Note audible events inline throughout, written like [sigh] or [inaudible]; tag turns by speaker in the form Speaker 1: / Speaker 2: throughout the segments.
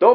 Speaker 1: どう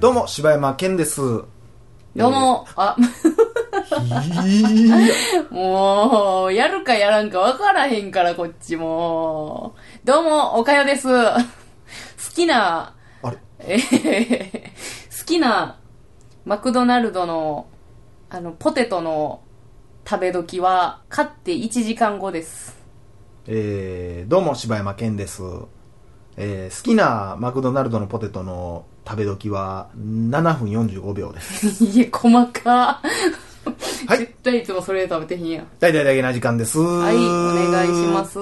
Speaker 2: どうも、柴山健です。
Speaker 3: どうも、あ、もう、やるかやらんか分からへんから、こっちも。どうも、おかよです。好きな、
Speaker 2: あれ
Speaker 3: えへへ好きな、マクドナルドの、あの、ポテトの食べ時は、買って1時間後です。 [laughs]
Speaker 2: えー、どうも、柴山健です。えー、好きなマクドナルドのポテトの食べ時は7分45秒です。
Speaker 3: いえ、細か。
Speaker 2: はい
Speaker 3: 絶対いつもそれ食べてへんやん。
Speaker 2: 大体だけな時間です。は。
Speaker 3: はい、お願いしますす。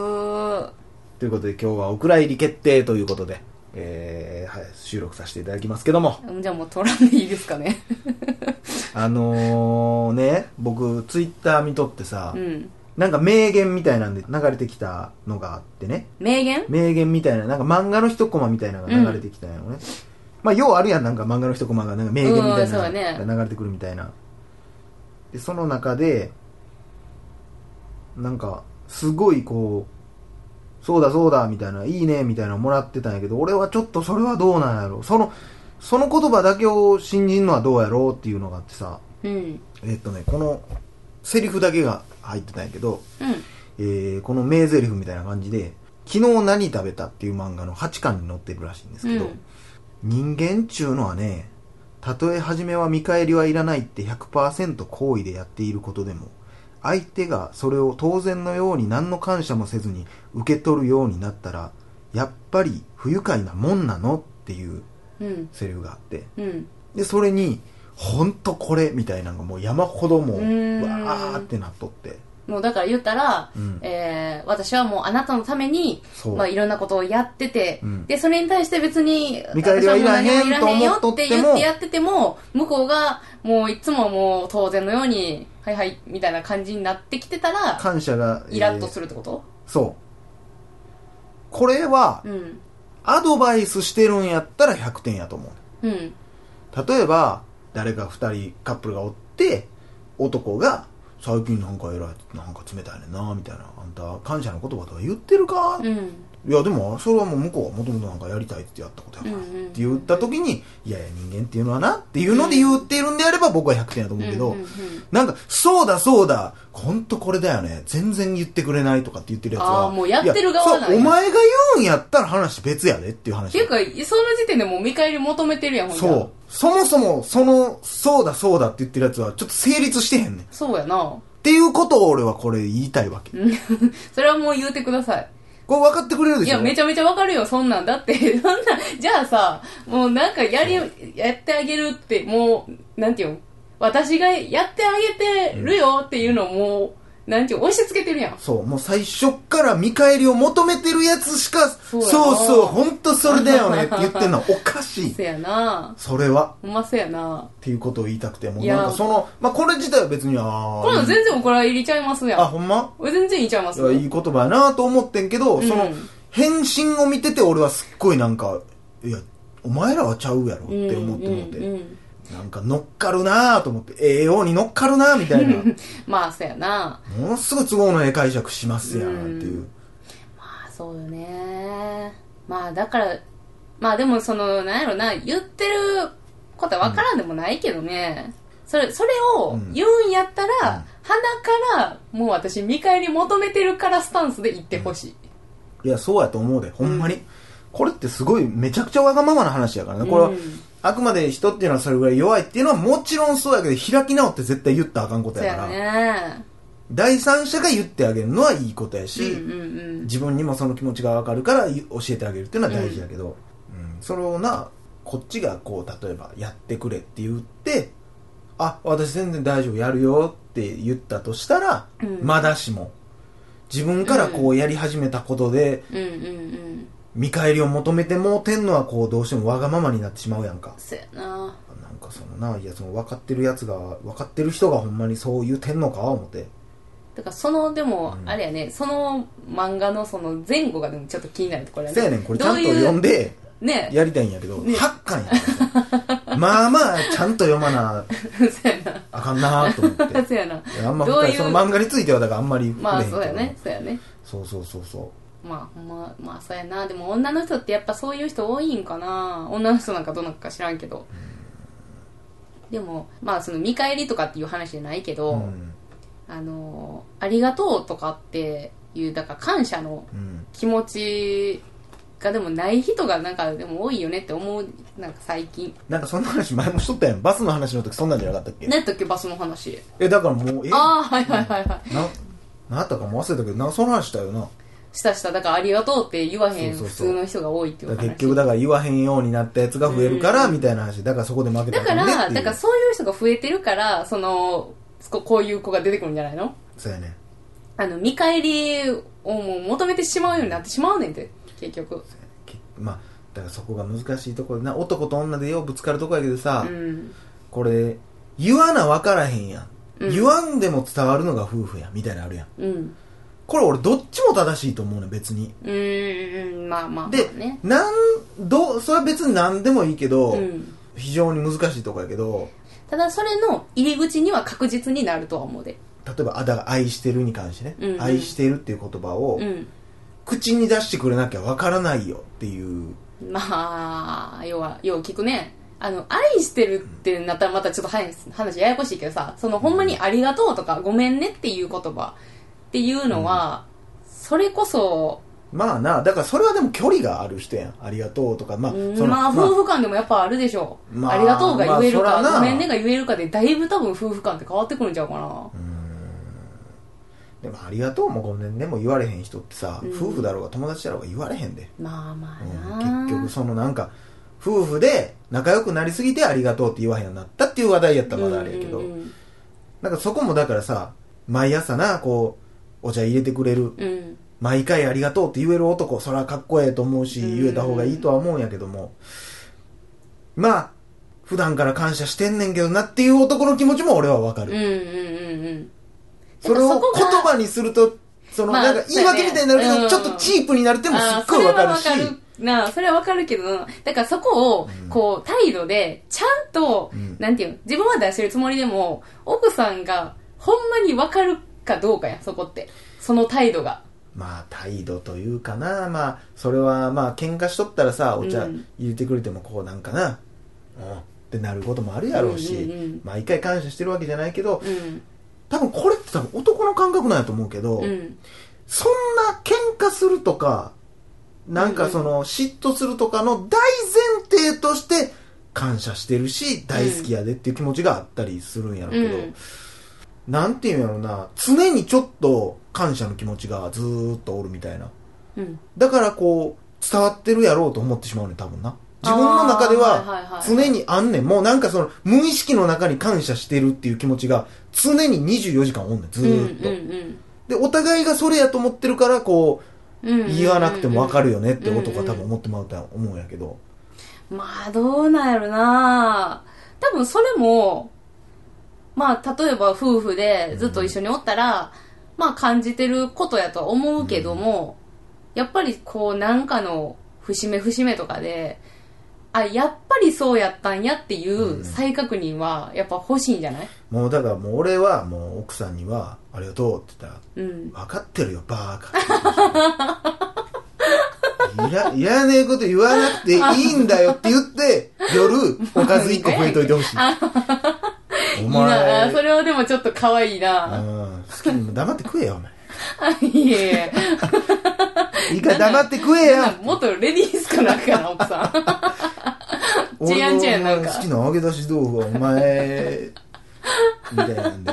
Speaker 2: ということで今日はお蔵入り決定ということで、えー、はい、収録させていただきますけど
Speaker 3: [laughs]
Speaker 2: も、
Speaker 3: じゃあもう取らんでいいですかね。
Speaker 2: あのー、ね、僕、ツイッター見とってさ、
Speaker 3: うん。
Speaker 2: なんか名言みたいなんで流れてきたのがあってね、
Speaker 3: 名言
Speaker 2: 名言みたいな、なんか漫画の一コマみたいなのが流れてきたんやろね。まあ、ようあるやん、なんか漫画の一コマが、なんか名言みた
Speaker 3: うん
Speaker 2: い
Speaker 3: そうやね
Speaker 2: なのが流れてくるみたいな。で、その中で、なんか、すごいこう、そうだそうだ、みたいな、いいね、みたいなのもらってたんやけど、俺はちょっとそれはどうなんやろ。その、その言葉だけを信じんのはどうやろうっていうのがあってさ、
Speaker 3: うん。
Speaker 2: えっとね、この、セリフだけが入ってたんやけど、
Speaker 3: うん。
Speaker 2: えーこの名台詞みたいな感じで「昨日何食べた?」っていう漫画の8巻に載ってるらしいんですけど、
Speaker 3: うん
Speaker 2: 人間っちゅうのはねたとえ初めは見返りはいらないって100%好意でやっていることでも相手がそれを当然のように何の感謝もせずに受け取るようになったらやっぱり不愉快なもんなのっていう
Speaker 3: うん。
Speaker 2: セリフがあって
Speaker 3: うん。
Speaker 2: でそれに「ほんとこれ」みたいなのがもう山ほどもう
Speaker 3: う
Speaker 2: わ
Speaker 3: ーん
Speaker 2: ーってなっとって、
Speaker 3: もうだから言ったら、
Speaker 2: うん
Speaker 3: えー、私はもうあなたのために、
Speaker 2: そう
Speaker 3: まあいろんなことをやってて、
Speaker 2: うん
Speaker 3: で、それに対して別に、
Speaker 2: 見返りはいらへん
Speaker 3: 私はもう何もいらへんよっ
Speaker 2: と思
Speaker 3: て言っ
Speaker 2: っとって
Speaker 3: て
Speaker 2: も
Speaker 3: やってても、向こうがもういつももう当然のように、はいはい、みたいな感じになってきてたら、
Speaker 2: 感謝が、
Speaker 3: イラッと
Speaker 2: る
Speaker 3: するってこと、
Speaker 2: そう。これは、
Speaker 3: うん。
Speaker 2: アドバイスしてるんやったら100点やと思う。
Speaker 3: うん。
Speaker 2: 例えば、誰か2人カップルがおって、男が、最近なんか偉い、なんか冷たいねんな、みたいな。あんた、感謝の言葉とか言ってるか、
Speaker 3: う
Speaker 2: い
Speaker 3: ん。
Speaker 2: や、でも、それはもう向こうはもともとなんかやりたいってやったことやから。
Speaker 3: うんうんうん
Speaker 2: って言った時に、いやいや、人間っていうのはな、っていうので言ってるんであれば僕は100点やと思うけど、
Speaker 3: うんうんうん
Speaker 2: なんか、そうだそうだ、ほんとこれだよね、全然言ってくれないとかって言ってるやつは。
Speaker 3: あーもうやってる側なん
Speaker 2: いやそう
Speaker 3: や
Speaker 2: お前が言うんやったら話別やでっていう話
Speaker 3: ってい。うか、その時点でもう見返り求めてるやん、ほんじ
Speaker 2: そ
Speaker 3: ゃ
Speaker 2: う。そもそも、その、そうだそうだって言ってるやつは、ちょっと成立してへんねん。っ
Speaker 3: そうやな。
Speaker 2: ていうことを俺はこれ言いたいわけ。
Speaker 3: それはもう言うてください。
Speaker 2: これ分かってくれるで
Speaker 3: い
Speaker 2: しょ
Speaker 3: や、めちゃめちゃわかるよ、そんなん。だって、 [laughs] そんな、じゃあさ、もうなんかやり、やってあげるって、もう、なんていうの私がやってあげてるよっていうのをもう、なんていうの押し付けてるやん。
Speaker 2: そう、もう最初っから見返りを求めてるやつしか、
Speaker 3: そ
Speaker 2: そうう
Speaker 3: やな
Speaker 2: そう、ほんとそれだよねって言ってんのはおかしい
Speaker 3: せ。やな
Speaker 2: それは。
Speaker 3: ほんませやな
Speaker 2: っていうことを言いたくて、もう
Speaker 3: いや
Speaker 2: なんかその、まあ、これ自体は別に、あー
Speaker 3: これ全然お蔵入りちゃいますや
Speaker 2: あ、
Speaker 3: ん。
Speaker 2: ほんま
Speaker 3: 全然いっちゃいます
Speaker 2: いやいい言葉やなと思ってんけど、
Speaker 3: うん
Speaker 2: その、返信を見てて俺はすっごいなんか、いや、お前らはちゃうやろって思って思って、
Speaker 3: うんうんうん
Speaker 2: なんか乗っかるなと思って、ええように乗っかるなみたいな、も
Speaker 3: まあ、せやな
Speaker 2: のすごい都合のええ解釈しますやんっていう。
Speaker 3: まあそうよねまあだからまあでもそのなんやろな言ってることは分からんでもないけどね、それそれ
Speaker 2: う
Speaker 3: を
Speaker 2: ん
Speaker 3: 言うんやったら、
Speaker 2: う
Speaker 3: 鼻
Speaker 2: ん
Speaker 3: からもう私見返り求めてるからスタンスで言ってほしい、
Speaker 2: いや、そうやと思うで、ほんまに。これってすごいめちゃくちゃわがままな話やからね。これは、
Speaker 3: うん
Speaker 2: あくまで人っていうのはそれぐらい弱いっていうのはもちろんそうやけど、開き直って絶対言ったらあかんこと
Speaker 3: そう
Speaker 2: やか
Speaker 3: や
Speaker 2: ら、
Speaker 3: ね
Speaker 2: 第三者が言ってあげるのはいいことや
Speaker 3: うん
Speaker 2: し、
Speaker 3: うんうん
Speaker 2: 自分にもその気持ちがわかるからい教えてあげるっていうのは大事だけど、うんそれをなこっちがこう例えばやってくれって言ってあ私全然大丈夫やるよって言ったとしたら、
Speaker 3: うん
Speaker 2: まだしも自分からこうやり始めたことで
Speaker 3: うんうんうん
Speaker 2: 見返りを求めてもうてんのはこうどうしてもわがままになってしまうやんか
Speaker 3: そやな
Speaker 2: なんかそのないやその分かってるやつが分かってる人がほんまにそう言うてんのか思って
Speaker 3: だからそのでも
Speaker 2: うん
Speaker 3: あれやね、その漫画のその前後がでもちょっと気になるところやね
Speaker 2: せやねんこれちゃんと
Speaker 3: どういう
Speaker 2: 読んで
Speaker 3: ね
Speaker 2: やりたいんやけど、8巻やからまあまあちゃんと読まな
Speaker 3: [laughs] そうやな
Speaker 2: あかんなと思って
Speaker 3: [laughs] そうやない
Speaker 2: やあんま
Speaker 3: どう
Speaker 2: 深
Speaker 3: い
Speaker 2: いうその漫画についてはだからあんまり触
Speaker 3: まあ
Speaker 2: れへんけど
Speaker 3: そうやねそうやね
Speaker 2: そうそうそうそう
Speaker 3: まあほんままあそうやなでも女の人ってやっぱそういう人多いんかな女の人なんかどんなか知らんけどでもまあその見返りとかっていう話じゃないけど、
Speaker 2: うん
Speaker 3: あのありがとうとかっていうだから感謝の
Speaker 2: うん
Speaker 3: 気持ちがでもない人がなんかでも多いよねって思うなんか最近
Speaker 2: なんかそんな話前もしとったやんバスの話の時そんなんじゃなかったっけ、
Speaker 3: 何やったっけバスの話
Speaker 2: えだからもうえな
Speaker 3: ああはいはいはいはい
Speaker 2: なんやったかもう忘れたけどなんかその話だよな
Speaker 3: したしただからありがとうって言わへん
Speaker 2: そう
Speaker 3: 普
Speaker 2: そうそう
Speaker 3: 通の人が多いっていう
Speaker 2: だ
Speaker 3: お
Speaker 2: から
Speaker 3: 話
Speaker 2: 結局だから言わへんようになったやつが増えるからみたいな話だからそこで負けた
Speaker 3: だからら、
Speaker 2: あんねってい
Speaker 3: だ
Speaker 2: う
Speaker 3: からそういう人が増えてるから、その、ここういう子が出てくるんじゃないの
Speaker 2: そうやね
Speaker 3: あの、見返りをもう求めてしまうようになってしまうねんって、結局。
Speaker 2: きまあだからそこが難しいところでな男と女でようぶつかるとこやけど
Speaker 3: う
Speaker 2: さ、
Speaker 3: ん。
Speaker 2: これ言わな分からへんやん、
Speaker 3: うん
Speaker 2: 言わんでも伝わるのが夫婦やみたいなのあるやん
Speaker 3: うん。
Speaker 2: これ俺どっちも正しいと思うねん別に
Speaker 3: うーん、まあまあ、まあ
Speaker 2: で、
Speaker 3: ね。
Speaker 2: なんどうそれは別に何でもいいけど、
Speaker 3: うん。
Speaker 2: 非常に難しいとこやけど
Speaker 3: ただ、それの入り口には確実になるとは思うで。
Speaker 2: 例えばあだから愛してるに関してね、
Speaker 3: うんうん
Speaker 2: 愛してるっていう言葉を
Speaker 3: うん。
Speaker 2: 口に出してくれなきゃ分からないよっていう
Speaker 3: まあ、要は、よう聞くね。あの、愛してるってなったらまたちょっと話話ややこしいけどさ、そのほんまにありがとうとかごめんねっていう言葉っていうのは、それこそ、
Speaker 2: まあなだからそれはでも距離がある人やんありがとうとかまあその
Speaker 3: まあ、夫婦間でもやっぱあるでしょう。
Speaker 2: まあ
Speaker 3: ありがとうが言える
Speaker 2: まあそ
Speaker 3: か、
Speaker 2: らな
Speaker 3: ごめんねが言えるかで、だいぶ多分夫婦間って変わってくるんちゃうかな。
Speaker 2: でもありがとうもごめんねも言われへん人ってさ、
Speaker 3: うん
Speaker 2: 夫婦だろうが友達だろうが言われへんで、
Speaker 3: まあまあな、
Speaker 2: うん結局そのなんか夫婦で仲良くなりすぎてありがとうって言わへんようになったっていう話題やったらまだあれやけど、
Speaker 3: うんうん
Speaker 2: なんかそこもだからさ毎朝なこうお茶入れてくれる
Speaker 3: うん、うん
Speaker 2: 毎回ありがとうって言える男そらかっこええと思うし
Speaker 3: うん
Speaker 2: 言えた方がいいとは思うんやけどもまあ普段から感謝してんねんけどなっていう男の気持ちも俺はわか
Speaker 3: うん
Speaker 2: る、
Speaker 3: うんうん
Speaker 2: それ
Speaker 3: だ
Speaker 2: を
Speaker 3: からそこ
Speaker 2: 言
Speaker 3: が
Speaker 2: 葉にするとその
Speaker 3: まあ
Speaker 2: なんか言い訳みたいになるけど、
Speaker 3: そうやね
Speaker 2: ちょっとチープになるって
Speaker 3: うん。
Speaker 2: もす
Speaker 3: あ
Speaker 2: っ
Speaker 3: ー
Speaker 2: ごいわかるし
Speaker 3: それはわかるなあ、それはわかるけどな、だからそこを
Speaker 2: うん、
Speaker 3: こう、態度で、ちゃんと、
Speaker 2: うん
Speaker 3: なんていうの、自分は出してるつもりでも、奥さんが、ほんまにわかるかどうかや、そこって。その態度が。
Speaker 2: まあ態度というかなまあそれはまあ喧嘩しとったらさお茶
Speaker 3: うん
Speaker 2: 入れてくれてもこうなんかな、うん、ってなることもあるやろうし、
Speaker 3: うんうんうん
Speaker 2: 毎回感謝してるわけじゃないけど
Speaker 3: うん。
Speaker 2: 多分これって多分男の感覚なんやと思うけど、
Speaker 3: うん。
Speaker 2: そんな喧嘩するとかなんかその嫉妬するとかの大前提として感謝してるし大好きやでっていう気持ちがあったりするんやろうけど、
Speaker 3: うん
Speaker 2: なんていうんやろな常にちょっと感謝の気持ちがずーっとおるみたいな。
Speaker 3: うん。
Speaker 2: だからこう、伝わってるやろうと思ってしまうねん、多分な。自分の中で
Speaker 3: あーはいはいは
Speaker 2: はい常にあんねん。もうなんかその無意識の中に感謝してるっていう気持ちが常に24時間おんねん、ずーっと。
Speaker 3: うんうん
Speaker 2: で、お互いがそれやと思ってるから、こ
Speaker 3: うんうん
Speaker 2: う、言わなくてもわか
Speaker 3: る
Speaker 2: るよねって男は多分思ってもらうとは思うんやけど。
Speaker 3: まあどうなんやろな多分それもまあ例えば夫婦でずっと一緒におったら、まあ感じてることやとは思うけども、やっぱりこうなんかの節目節目とかであやっぱりそうやったんやっていう再確認はやっぱ欲しいんじゃない
Speaker 2: もうだからもう俺はもう奥さんには、ありがとうって言ったら、
Speaker 3: うん
Speaker 2: 分かってるよバーカいやいらねえこと言わなくていいんだよって言って夜おかず1個増えといてほしいお
Speaker 3: いいな
Speaker 2: 前
Speaker 3: あそれはでもちょっと可愛いな
Speaker 2: うん好きに黙って食えよお前
Speaker 3: あ [laughs] いえいえ
Speaker 2: いいから黙って食えよ
Speaker 3: なんか元レディースかなんかな奥さん
Speaker 2: [laughs] 俺
Speaker 3: 治安治安
Speaker 2: の
Speaker 3: なんか
Speaker 2: 好きな揚げ出し豆腐はお前みたいなん
Speaker 3: [laughs]
Speaker 2: で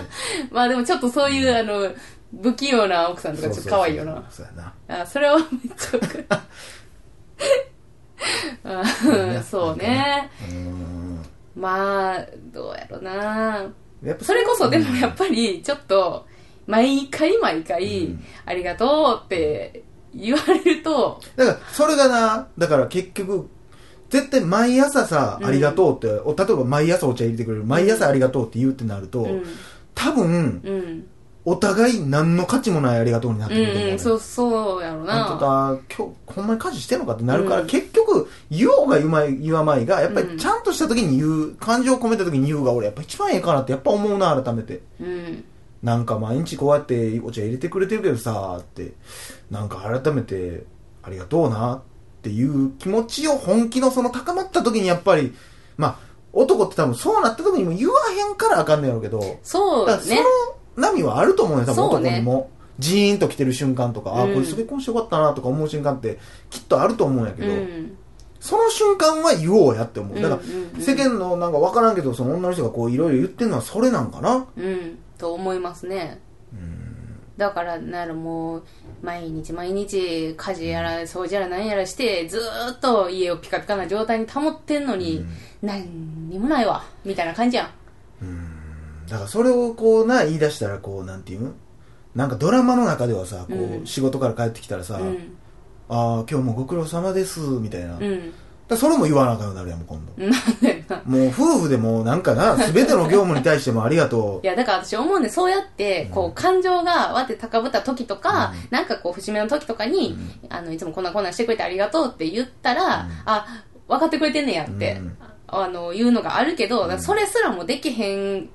Speaker 3: まあでもちょっとそういう、あの、不器用な奥さんとかちょっと可愛いよな。
Speaker 2: そうそうそう
Speaker 3: あ、それはめっちゃわかるあ
Speaker 2: そうやな [laughs]
Speaker 3: そうね。
Speaker 2: うん
Speaker 3: まあ、どうやろな。
Speaker 2: やっぱ
Speaker 3: それこそでもやっぱりちょっと毎回毎回、
Speaker 2: うん
Speaker 3: ありがとうって言われると
Speaker 2: だから、それがな、だから結局、絶対毎朝さ、
Speaker 3: うん
Speaker 2: ありがとうって、お例えば毎朝お茶入れてくれる、毎朝ありがとうって言うってなると、
Speaker 3: うん
Speaker 2: 多分、
Speaker 3: うん
Speaker 2: お互い何の価値もないありがとうになっ
Speaker 3: う
Speaker 2: てくると思う、
Speaker 3: んうんそうそうやろ
Speaker 2: あんた
Speaker 3: な
Speaker 2: だ、今日、ほんまに家事してんのかってなるから、
Speaker 3: うん
Speaker 2: 結局、言おうが言うまい、言わまいが、やっぱ
Speaker 3: う
Speaker 2: り
Speaker 3: ん
Speaker 2: ちゃんとした時に言う、感情を込めた時に言うが、俺やっぱ一番ええかなってやっぱ思うな、改めて。
Speaker 3: うん
Speaker 2: なんか毎日こうやってお茶入れてくれてるけどさ、って、なんか改めて、ありがとうな、っていう気持ちを本気のその高まった時にやっぱり、まあ、男って多分そうなった時にも言わへんからあかんのやろうけど、だ
Speaker 3: そう
Speaker 2: から
Speaker 3: だ
Speaker 2: そ
Speaker 3: ね
Speaker 2: の波はあると思うね、多分
Speaker 3: そう
Speaker 2: 男
Speaker 3: ね
Speaker 2: にも。ジーンと来てる瞬間とか、ああ、
Speaker 3: うん
Speaker 2: これすげえ婚してよかったなとか思う瞬間ってきっとあると思うんやけ
Speaker 3: う
Speaker 2: ど、
Speaker 3: ん
Speaker 2: その瞬間は言おうやって思う。だから
Speaker 3: うんうんう、ん
Speaker 2: 世間のなんかわからんけど、その女の人がこういろいろ言ってるのはそれなんかな。
Speaker 3: うんと思いますねだからならもう毎日毎日家事やら掃除やら何やらしてずーっと家をピカピカな状態に保ってんのに、何にもないわみたいな感じやん
Speaker 2: だからそれをこうな言い出したらこうなんていうんなんかドラマの中ではさこ
Speaker 3: う
Speaker 2: うん仕事から帰ってきたらさ「
Speaker 3: うん
Speaker 2: ああ今日もご苦労様です」みたいな、だ
Speaker 3: う
Speaker 2: か
Speaker 3: ん [laughs]
Speaker 2: らそれも言わなあかんようになるやん今度、
Speaker 3: なんだよな
Speaker 2: もう夫婦でもなんか
Speaker 3: [laughs]
Speaker 2: な全ての業務に対してもありがと
Speaker 3: いやだから私思うねそうやってこう感情がわって高ぶった時とか、
Speaker 2: うん
Speaker 3: なんかこう節目の時とかに、あのいつもこんなこんなんしてくれてありがとうって言ったら、
Speaker 2: うん
Speaker 3: あ分かってくれてんねやって、
Speaker 2: うん
Speaker 3: あの言うのがあるけど、だからそれすらもできへん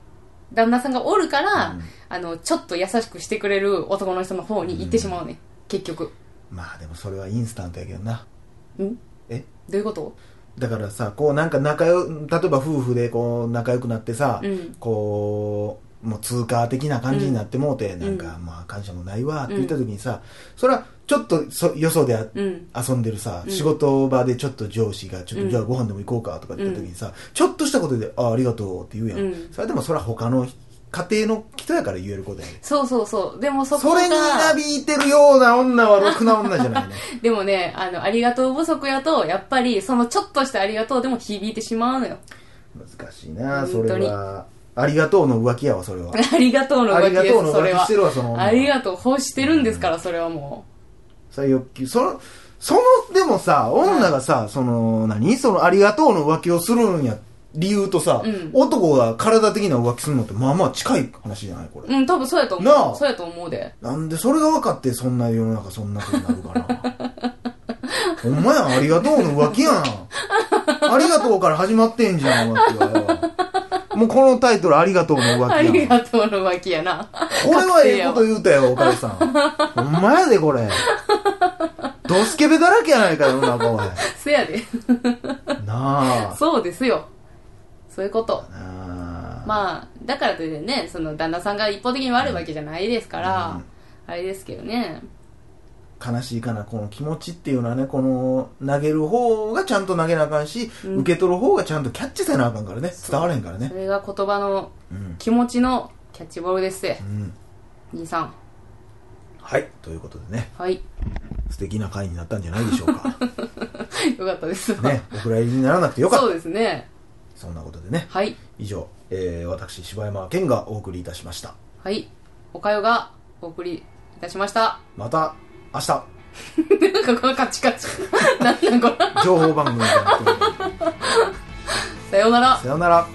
Speaker 3: 旦那さんがおるから、
Speaker 2: うん
Speaker 3: あのちょっと優しくしてくれる男の人の方に行ってしまうね、結局
Speaker 2: うまあでもそれはインスタントやけどなん
Speaker 3: ど
Speaker 2: え
Speaker 3: ういうこと
Speaker 2: だからさこうなんか仲よ例えば夫婦でこう仲良くなってさ、
Speaker 3: うん
Speaker 2: こうもう通過的な感じになってもうて、なんかまあ感謝もないわって言った時にさ、それはちょっとそよそであ
Speaker 3: うん
Speaker 2: 遊んでるさ、
Speaker 3: うん
Speaker 2: 仕事場でちょっと上司が、ちょっ
Speaker 3: う
Speaker 2: と
Speaker 3: ん
Speaker 2: じゃあご飯でも行こうかとかって言った時にさ、ちょっとしたことで、ああ、ありがとうって言うやん。
Speaker 3: うん
Speaker 2: それでもそれは他の家庭の人やから言えることやね
Speaker 3: そうそうそうでもそ
Speaker 2: そ
Speaker 3: こが
Speaker 2: れになびいてるような女はろくな女じゃないね。
Speaker 3: でもねあのありがとう不足やとやっぱりそのちょっとしたありがとうでも響いてしまうのよ [laughs]
Speaker 2: 難しいな、そ
Speaker 3: 本当に
Speaker 2: れは。ありがとうの浮気やわ、それは。
Speaker 3: ありがとうの
Speaker 2: あ
Speaker 3: 浮
Speaker 2: り
Speaker 3: 気
Speaker 2: が
Speaker 3: で
Speaker 2: とうの
Speaker 3: すそ
Speaker 2: 浮
Speaker 3: れ
Speaker 2: 気し
Speaker 3: は
Speaker 2: てるわ、その女は。
Speaker 3: ありがとう欲してるんですからそれはも
Speaker 2: それ欲求、その、その、でもさ、女がさ、その、何その、ありがとうの浮気をするんや、理由とさ、
Speaker 3: うん
Speaker 2: 男が体的な浮気するのって、まあまあ近い話じゃない、これ。
Speaker 3: ううん多分そうやと
Speaker 2: な
Speaker 3: 思
Speaker 2: あ
Speaker 3: うそうやと思うで
Speaker 2: なんでそれが分かってそんな世の中そんなことになるかな。 [laughs] ほんまやん、ありがとうの浮気やん。ありがとうから始まってんじゃん、浮気はよ。もうこのタイトルありがとうの
Speaker 3: あ
Speaker 2: 浮気
Speaker 3: り
Speaker 2: やん。こ
Speaker 3: がとうの浮気やな [laughs]
Speaker 2: れはええこと言うたよ、お母さん。ほんまやで、これ。ドスケベだらけやないか、世の中おい。
Speaker 3: せやで
Speaker 2: なあ。
Speaker 3: そうですよそういうこと
Speaker 2: なあ
Speaker 3: まあだからといってねその旦那さんが一方的に悪いわけじゃないですから、
Speaker 2: うん
Speaker 3: あれですけどね
Speaker 2: 悲しいかな、この気持ちっていうのはね、この、投げる方がちゃんと投げなあかんし、
Speaker 3: うん
Speaker 2: 受け取る方がちゃんとキャッチせなあかんからね。伝われへんからね
Speaker 3: そ。れが言葉の
Speaker 2: うん。
Speaker 3: 気持ちのキャッチボールですぜ
Speaker 2: うん。
Speaker 3: 兄さん
Speaker 2: はい。ということでね、
Speaker 3: はい [laughs]
Speaker 2: 素敵な回になったんじゃないでしょうか。 [laughs]
Speaker 3: よかったですわ
Speaker 2: ね、お蔵入りにならなくてよかった。
Speaker 3: そうですね
Speaker 2: そんなことでね、
Speaker 3: はい
Speaker 2: 以上、えー、私、柴山健がお送りいたしました。
Speaker 3: はいおかよがお送りいたしました [laughs]
Speaker 2: また、明日、
Speaker 3: なんかこのカチカチ [laughs] なんなんこれ
Speaker 2: 情報番組でやっております
Speaker 3: さようなら
Speaker 2: さよなら。